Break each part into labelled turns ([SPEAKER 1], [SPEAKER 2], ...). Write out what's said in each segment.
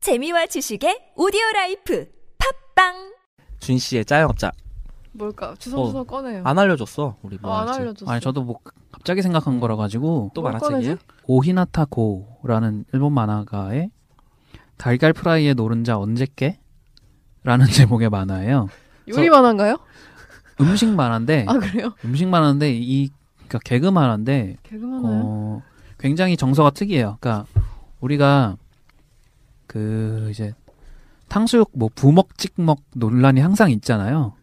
[SPEAKER 1] 재미와 지식의 오디오 라이프 팝빵
[SPEAKER 2] 준 씨의 짜영업자
[SPEAKER 3] 뭘까? 주섬주섬
[SPEAKER 2] 어.
[SPEAKER 3] 꺼내요.
[SPEAKER 2] 안 알려줬어 우리
[SPEAKER 3] 어, 안
[SPEAKER 2] 만화책.
[SPEAKER 3] 알려줬어.
[SPEAKER 4] 아니 저도 뭐 갑자기
[SPEAKER 3] 네.
[SPEAKER 4] 생각한 거라 가지고
[SPEAKER 2] 또
[SPEAKER 3] 뭘
[SPEAKER 2] 만화책이에요?
[SPEAKER 4] 오히나타 고라는 일본 만화가의 달걀 프라이의 노른자 언제 깨? 라는 제목의 만화예요.
[SPEAKER 3] 요리 만화인가요?
[SPEAKER 4] 음식
[SPEAKER 2] 네.
[SPEAKER 4] 만화인데
[SPEAKER 3] 아 그래요?
[SPEAKER 4] 음식 만화인데 이 그러니까 개그 만화인데
[SPEAKER 3] 개그 만화요?
[SPEAKER 4] 어, 굉장히 정서가 특이해요. 그러니까 우리가 그 이제 탕수육 뭐 부먹 찍먹 논란이 항상 있잖아요.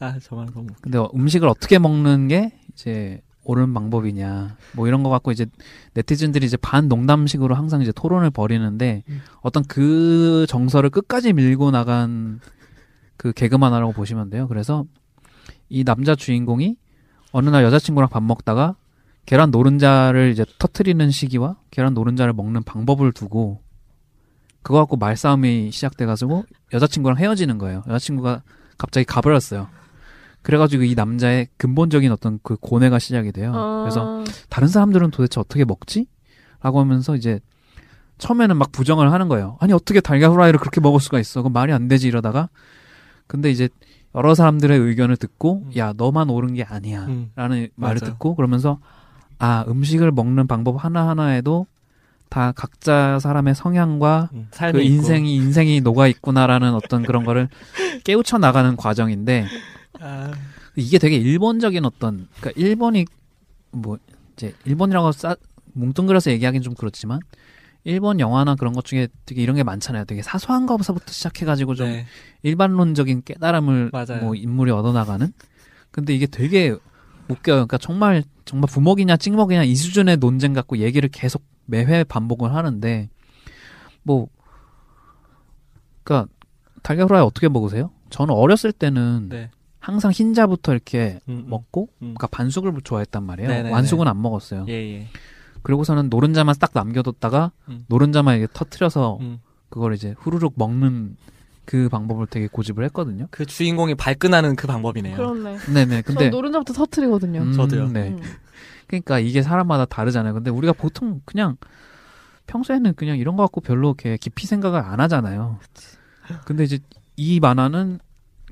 [SPEAKER 2] 아 정말 너무
[SPEAKER 4] 근데 어, 음식을 어떻게 먹는 게 이제 옳은 방법이냐 뭐 이런 거 갖고 이제 네티즌들이 이제 반 농담식으로 항상 이제 토론을 벌이는데 어떤 그 정서를 끝까지 밀고 나간 그 개그만화라고 보시면 돼요. 그래서 이 남자 주인공이 어느 날 여자친구랑 밥 먹다가 계란 노른자를 이제 터트리는 시기와 계란 노른자를 먹는 방법을 두고 그거 갖고 말싸움이 시작돼가지고 여자친구랑 헤어지는 거예요. 여자친구가 갑자기 가버렸어요. 그래가지고 이 남자의 근본적인 어떤 그 고뇌가 시작이
[SPEAKER 2] 어,
[SPEAKER 4] 돼요.
[SPEAKER 3] 아,
[SPEAKER 4] 그래서 다른 사람들은 도대체 어떻게 먹지? 라고 하면서 이제 처음에는 막 부정을 하는 거예요. 아니 어떻게 달걀 후라이를 그렇게 먹을 수가 있어? 그건 말이 안 되지 이러다가 근데 이제 여러 사람들의 의견을 듣고
[SPEAKER 2] 음.
[SPEAKER 4] 야 너만 옳은 게 아니야
[SPEAKER 2] 음.
[SPEAKER 4] 라는 말을
[SPEAKER 2] 맞아요.
[SPEAKER 4] 듣고 그러면서 아 음식을 먹는 방법 하나하나에도 다 각자 사람의 성향과
[SPEAKER 2] 음, 삶이
[SPEAKER 4] 그
[SPEAKER 2] 있고.
[SPEAKER 4] 인생이 인생이 녹아 있구나라는 어떤 그런 거를 깨우쳐 나가는 과정인데
[SPEAKER 2] 아,
[SPEAKER 4] 이게 되게 일본적인 어떤 그러니까 일본이 뭐 이제 일본이라고 싸 뭉뚱그려서 얘기하긴 좀 그렇지만 일본 영화나 그런 것 중에 되게 이런 게 많잖아요. 되게 사소한 것부터 시작해가지고 좀
[SPEAKER 2] 네.
[SPEAKER 4] 일반론적인 깨달음을
[SPEAKER 2] 맞아요.
[SPEAKER 4] 뭐 인물이 얻어나가는. 근데 이게 되게 웃겨요. 그러니까 정말 정말 부먹이냐 찍먹이냐 이 수준의 논쟁 갖고 얘기를 계속 매회 반복을 하는데 뭐 그러니까 달걀 후라이 어떻게 먹으세요? 저는 어렸을 때는
[SPEAKER 2] 네.
[SPEAKER 4] 항상 흰자부터 이렇게
[SPEAKER 2] 음, 음.
[SPEAKER 4] 먹고
[SPEAKER 2] 음.
[SPEAKER 4] 그러니까 반숙을 좋아했단 말이에요.
[SPEAKER 2] 네네네.
[SPEAKER 4] 완숙은 안 먹었어요.
[SPEAKER 2] 예, 예.
[SPEAKER 4] 그리고서는 노른자만 딱 남겨뒀다가
[SPEAKER 2] 음.
[SPEAKER 4] 노른자만 이게 터트려서
[SPEAKER 2] 음.
[SPEAKER 4] 그걸 이제 후루룩 먹는 그 방법을 되게 고집을 했거든요.
[SPEAKER 2] 그 주인공이 발끈하는 그 방법이네요.
[SPEAKER 3] 그렇네.
[SPEAKER 4] 네네.
[SPEAKER 3] 근데
[SPEAKER 4] 근데
[SPEAKER 3] 전 노른자부터 터트리거든요.
[SPEAKER 4] 음,
[SPEAKER 2] 저도요.
[SPEAKER 4] 네.
[SPEAKER 3] 음.
[SPEAKER 4] 그러니까 이게 사람마다 다르잖아요. 근데 우리가 보통 그냥 평소에는 그냥 이런 거 갖고 별로 이렇게 깊이 생각을 안 하잖아요. 근데 이제 이 만화는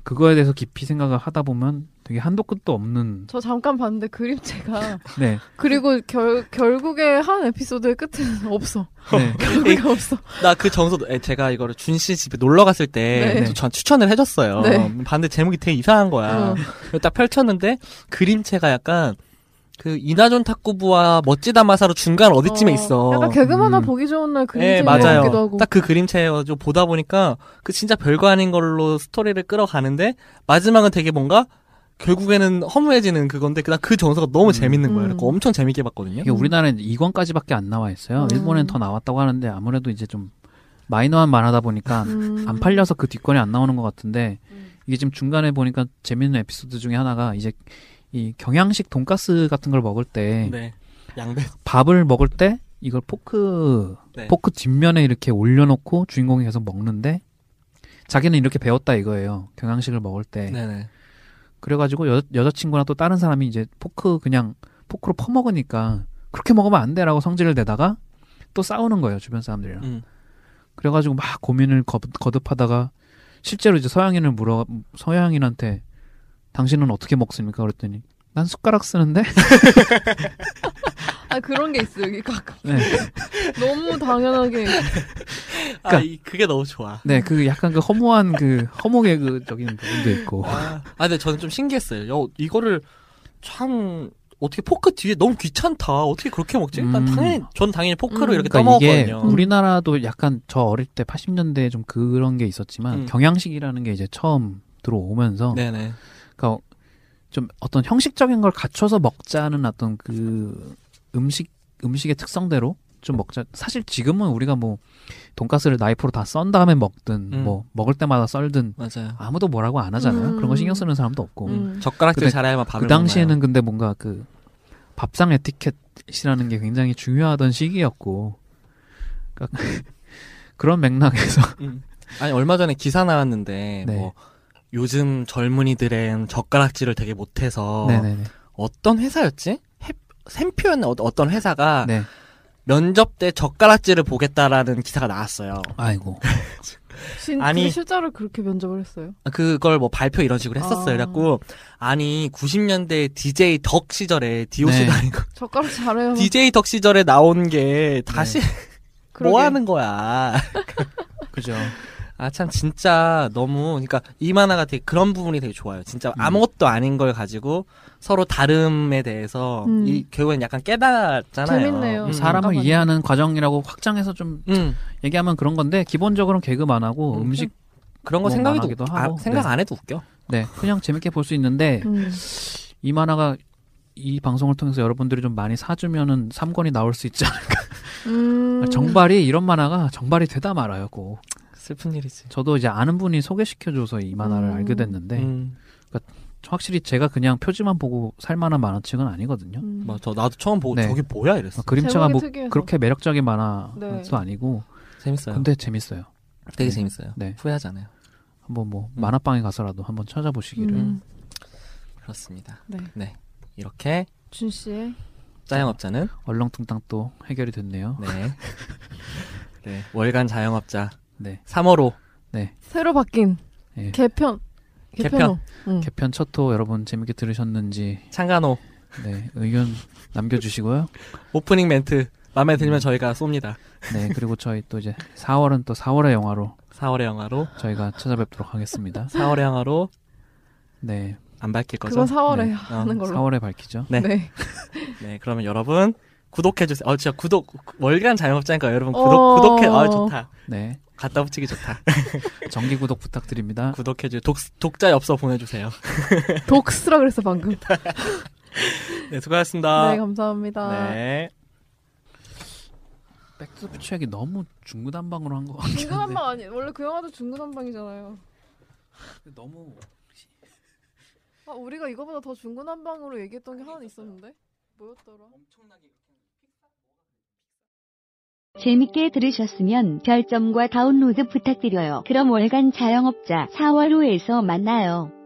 [SPEAKER 4] 그거에 대해서 깊이 생각을 하다 보면 되게 한도 끝도 없는
[SPEAKER 3] 저 잠깐 봤는데 그림체가
[SPEAKER 4] 네.
[SPEAKER 3] 그리고 결 결국에 한 에피소드의 끝은 없어.
[SPEAKER 4] 네.
[SPEAKER 3] 결국에 없어.
[SPEAKER 2] 나 그 정서 도 제가 이거를 준 씨 집에 놀러 갔을
[SPEAKER 3] 네.
[SPEAKER 2] 때또전 추천을 해줬어요.
[SPEAKER 3] 네.
[SPEAKER 2] 봤는데 제목이 되게 이상한 거야.
[SPEAKER 3] 어.
[SPEAKER 2] 그래서 딱 펼쳤는데 그림체가 약간 그 이나존 탁구부와 멋지다 마사로 중간 어디쯤에
[SPEAKER 3] 어,
[SPEAKER 2] 있어.
[SPEAKER 3] 약간 개그 만화
[SPEAKER 4] 음.
[SPEAKER 3] 보기 좋은 날
[SPEAKER 2] 예,
[SPEAKER 3] 그림체 같기도
[SPEAKER 2] 맞아요.
[SPEAKER 3] 하고.
[SPEAKER 2] 딱 그 그림체여서 보다 보니까 그 진짜 별거 아닌 걸로 스토리를 끌어가는데 마지막은 되게 뭔가 결국에는 허무해지는 그건데 그냥 그 정서가 너무
[SPEAKER 4] 음.
[SPEAKER 2] 재밌는 거예요.
[SPEAKER 3] 음.
[SPEAKER 2] 그래서 엄청 재밌게 봤거든요.
[SPEAKER 4] 이게 우리나라엔 2권까지밖에 안 나와 있어요.
[SPEAKER 3] 음.
[SPEAKER 4] 일본엔 더 나왔다고 하는데 아무래도 이제 좀 마이너한 만화다 보니까
[SPEAKER 3] 음.
[SPEAKER 4] 안 팔려서 그 뒷권이 안 나오는 것 같은데
[SPEAKER 3] 음.
[SPEAKER 4] 이게 지금 중간에 보니까 재밌는 에피소드 중에 하나가 이제 이 경양식 돈가스 같은 걸 먹을 때
[SPEAKER 2] 네. 양배.
[SPEAKER 4] 밥을 먹을 때 이걸 포크
[SPEAKER 2] 네.
[SPEAKER 4] 포크 뒷면에 이렇게 올려놓고 주인공이 계속 먹는데 자기는 이렇게 배웠다 이거예요. 경양식을 먹을 때
[SPEAKER 2] 네네.
[SPEAKER 4] 그래가지고 여, 여자친구나 또 다른 사람이 이제 포크 그냥 포크로 퍼먹으니까 그렇게 먹으면 안 돼라고 성질을 내다가 또 싸우는 거예요 주변 사람들이랑
[SPEAKER 2] 음.
[SPEAKER 4] 그래가지고 막 고민을 거, 듭하다가 실제로 이제 서양인을 물어 서양인한테 당신은 어떻게 먹습니까 그랬더니 난 숟가락 쓰는데
[SPEAKER 3] 아 그런 게 있어 여기 가끔.
[SPEAKER 4] 네.
[SPEAKER 3] 너무 당연하게
[SPEAKER 4] 그러니까
[SPEAKER 2] 아, 이- 그게 너무 좋아.
[SPEAKER 4] 네, 그 약간 그 허무한 그 허무개그적인 부분도 있고
[SPEAKER 2] 아, 아, 근데 저는 좀 신기했어요. 여, 이거를 참 어떻게 포크 뒤에 너무 귀찮다. 어떻게 그렇게 먹지? 난
[SPEAKER 4] 음.
[SPEAKER 2] 당연히 전 당연히 포크로
[SPEAKER 3] 음.
[SPEAKER 2] 이렇게
[SPEAKER 4] 그러니까 이게
[SPEAKER 2] 떠먹었거든요.
[SPEAKER 4] 우리나라도 약간 저 어릴 때 80년대에 좀 그런 게 있었지만
[SPEAKER 2] 음.
[SPEAKER 4] 경양식이라는 게 이제 처음 들어오면서
[SPEAKER 2] 네네.
[SPEAKER 4] 그러니까 좀 어떤 형식적인 걸 갖춰서 먹자는 어떤 그 음식 음식의 특성대로 좀 먹자. 사실 지금은 우리가 뭐 돈가스를 나이프로 다 썬 다음에 먹든
[SPEAKER 2] 음.
[SPEAKER 4] 뭐 먹을 때마다 썰든
[SPEAKER 2] 맞아요.
[SPEAKER 4] 아무도 뭐라고 안 하잖아요.
[SPEAKER 3] 음.
[SPEAKER 4] 그런 거 신경 쓰는 사람도 없고.
[SPEAKER 3] 음.
[SPEAKER 2] 젓가락질
[SPEAKER 4] 근데
[SPEAKER 2] 잘해야만 밥을
[SPEAKER 4] 그 당시에는 근데 뭔가 그 밥상 에티켓이라는 게 굉장히 중요하던 시기였고 그러니까 그런 맥락에서
[SPEAKER 2] 음. 아니 얼마 전에 기사 나왔는데
[SPEAKER 4] 네.
[SPEAKER 2] 뭐 요즘 젊은이들은 젓가락질을 되게 못해서
[SPEAKER 4] 네네네
[SPEAKER 2] 어떤 어, 회사였지? 해- 샘표였나 어- 어떤 회사가
[SPEAKER 4] 네
[SPEAKER 2] 면접 때 젓가락질을 보겠다라는 기사가 나왔어요.
[SPEAKER 4] 아이고.
[SPEAKER 3] 진,
[SPEAKER 2] 아니.
[SPEAKER 3] 아니 실제로 그렇게 면접을 했어요.
[SPEAKER 2] 그걸 뭐 발표 이런 식으로 했었어요.
[SPEAKER 3] 아.
[SPEAKER 2] 그래갖고 아니 90년대 DJ 덕 시절에
[SPEAKER 4] 네.
[SPEAKER 2] DOC가 아니고
[SPEAKER 3] 젓가락 잘해요.
[SPEAKER 2] DJ 덕 시절에 나온 게
[SPEAKER 4] 네.
[SPEAKER 2] 다시 뭐
[SPEAKER 3] 그러게. 음.
[SPEAKER 2] 하는 거야.
[SPEAKER 4] 그죠.
[SPEAKER 2] 아 참 진짜 너무 그러니까 이 만화가 되게 그런 부분이 되게 좋아요. 진짜
[SPEAKER 4] 음.
[SPEAKER 2] 아무것도 아닌 걸 가지고 서로 다름에 대해서
[SPEAKER 3] 음.
[SPEAKER 2] 이 결국엔 약간 깨달았잖아요.
[SPEAKER 3] 재밌네요.
[SPEAKER 2] 음.
[SPEAKER 4] 사람을
[SPEAKER 3] 음.
[SPEAKER 4] 이해하는 과정이라고 확장해서 좀
[SPEAKER 2] 음.
[SPEAKER 4] 얘기하면 그런 건데 기본적으로는 개그만 하고
[SPEAKER 2] 음,
[SPEAKER 4] 음, 식
[SPEAKER 2] 그런 거
[SPEAKER 4] 뭐
[SPEAKER 2] 생각해도
[SPEAKER 4] 만화기도
[SPEAKER 2] 아,
[SPEAKER 4] 하고.
[SPEAKER 2] 생각
[SPEAKER 4] 네.
[SPEAKER 2] 안 해도 웃겨.
[SPEAKER 4] 네 그냥 재밌게 볼 수 있는데
[SPEAKER 3] 음.
[SPEAKER 4] 이 만화가 이 방송을 통해서 여러분들이 좀 많이 사주면은 3권이 나올 수 있지 않을까.
[SPEAKER 3] 음.
[SPEAKER 4] 정발이 이런 만화가 정발이 되다 말아요. 꼭.
[SPEAKER 2] 슬픈 일이지.
[SPEAKER 4] 저도 이제 아는 분이 소개시켜줘서 이 만화를
[SPEAKER 3] 음.
[SPEAKER 4] 알게 됐는데
[SPEAKER 2] 음.
[SPEAKER 4] 확실히 제가 그냥 표지만 보고 살만한 만화책은 아니거든요.
[SPEAKER 3] 음.
[SPEAKER 2] 맞저 나도 처음 보고
[SPEAKER 4] 네.
[SPEAKER 2] 저게 뭐야 이랬어.
[SPEAKER 4] 어, 그림체가
[SPEAKER 3] 제목이
[SPEAKER 4] 뭐
[SPEAKER 3] 특이해서.
[SPEAKER 4] 그렇게 매력적인 만화도
[SPEAKER 3] 네.
[SPEAKER 4] 아니고
[SPEAKER 2] 재밌어요.
[SPEAKER 4] 근데 재밌어요.
[SPEAKER 2] 되게
[SPEAKER 4] 네.
[SPEAKER 2] 재밌어요.
[SPEAKER 4] 네.
[SPEAKER 2] 후회하지 않아요.
[SPEAKER 4] 한번 뭐
[SPEAKER 2] 음.
[SPEAKER 4] 만화방에 가서라도 한번 찾아보시기를.
[SPEAKER 3] 음.
[SPEAKER 2] 그렇습니다.
[SPEAKER 3] 네.
[SPEAKER 2] 이렇게
[SPEAKER 3] 준 씨의
[SPEAKER 2] 자영업자는
[SPEAKER 4] 얼렁뚱땅 또 해결이 됐네요.
[SPEAKER 2] 네. 네. 월간 자영업자
[SPEAKER 4] 네.
[SPEAKER 2] 3월호
[SPEAKER 3] 새로 바뀐
[SPEAKER 4] 예.
[SPEAKER 3] 개편 개편호. 음.
[SPEAKER 4] 개편 첫 호 여러분 재밌게 들으셨는지
[SPEAKER 2] 창간호
[SPEAKER 4] 네, 의견 남겨주시고요.
[SPEAKER 2] 오프닝 멘트 마음에 들면 저희가 쏩니다.
[SPEAKER 4] 네 그리고 저희 또 이제 4월은 또 4월의 영화로
[SPEAKER 2] 4월의 영화로
[SPEAKER 4] 저희가 찾아뵙도록 하겠습니다.
[SPEAKER 2] 4월의 영화로
[SPEAKER 4] 네
[SPEAKER 2] 안 밝힐 거죠?
[SPEAKER 3] 그건 4월에
[SPEAKER 4] 네.
[SPEAKER 3] 하는 걸로.
[SPEAKER 4] 4월에 밝히죠.
[SPEAKER 2] 네.
[SPEAKER 3] 네.
[SPEAKER 2] 네. 그러면 여러분 구독해 주세요. 어 진짜 구독 월간 자영업자니까 여러분 구독
[SPEAKER 3] 어.
[SPEAKER 2] 구독해. 아 좋다.
[SPEAKER 4] 네
[SPEAKER 2] 갖다 붙이기 좋다.
[SPEAKER 4] 정기 구독 부탁드립니다.
[SPEAKER 2] 구독해 주세요. 독 독자 엽서 보내 주세요.
[SPEAKER 3] 독스라 그랬어 방금.
[SPEAKER 2] 네, 수고하셨습니다.
[SPEAKER 4] 아.
[SPEAKER 3] 네 감사합니다.
[SPEAKER 2] 네.
[SPEAKER 4] 백투더퓨처 얘기 너무 중구난방으로 한 것 같긴 한데
[SPEAKER 3] 중구난방 아니 원래 그 영화도 중구난방이잖아요.
[SPEAKER 4] 너무
[SPEAKER 3] 아 우리가 이거보다 더 중구난방으로 얘기했던 게 하나 있었는데 뭐였더라?
[SPEAKER 5] 재밌게 들으셨으면 별점과 다운로드 부탁드려요. 그럼 월간 자영업자 4월 호에서 만나요.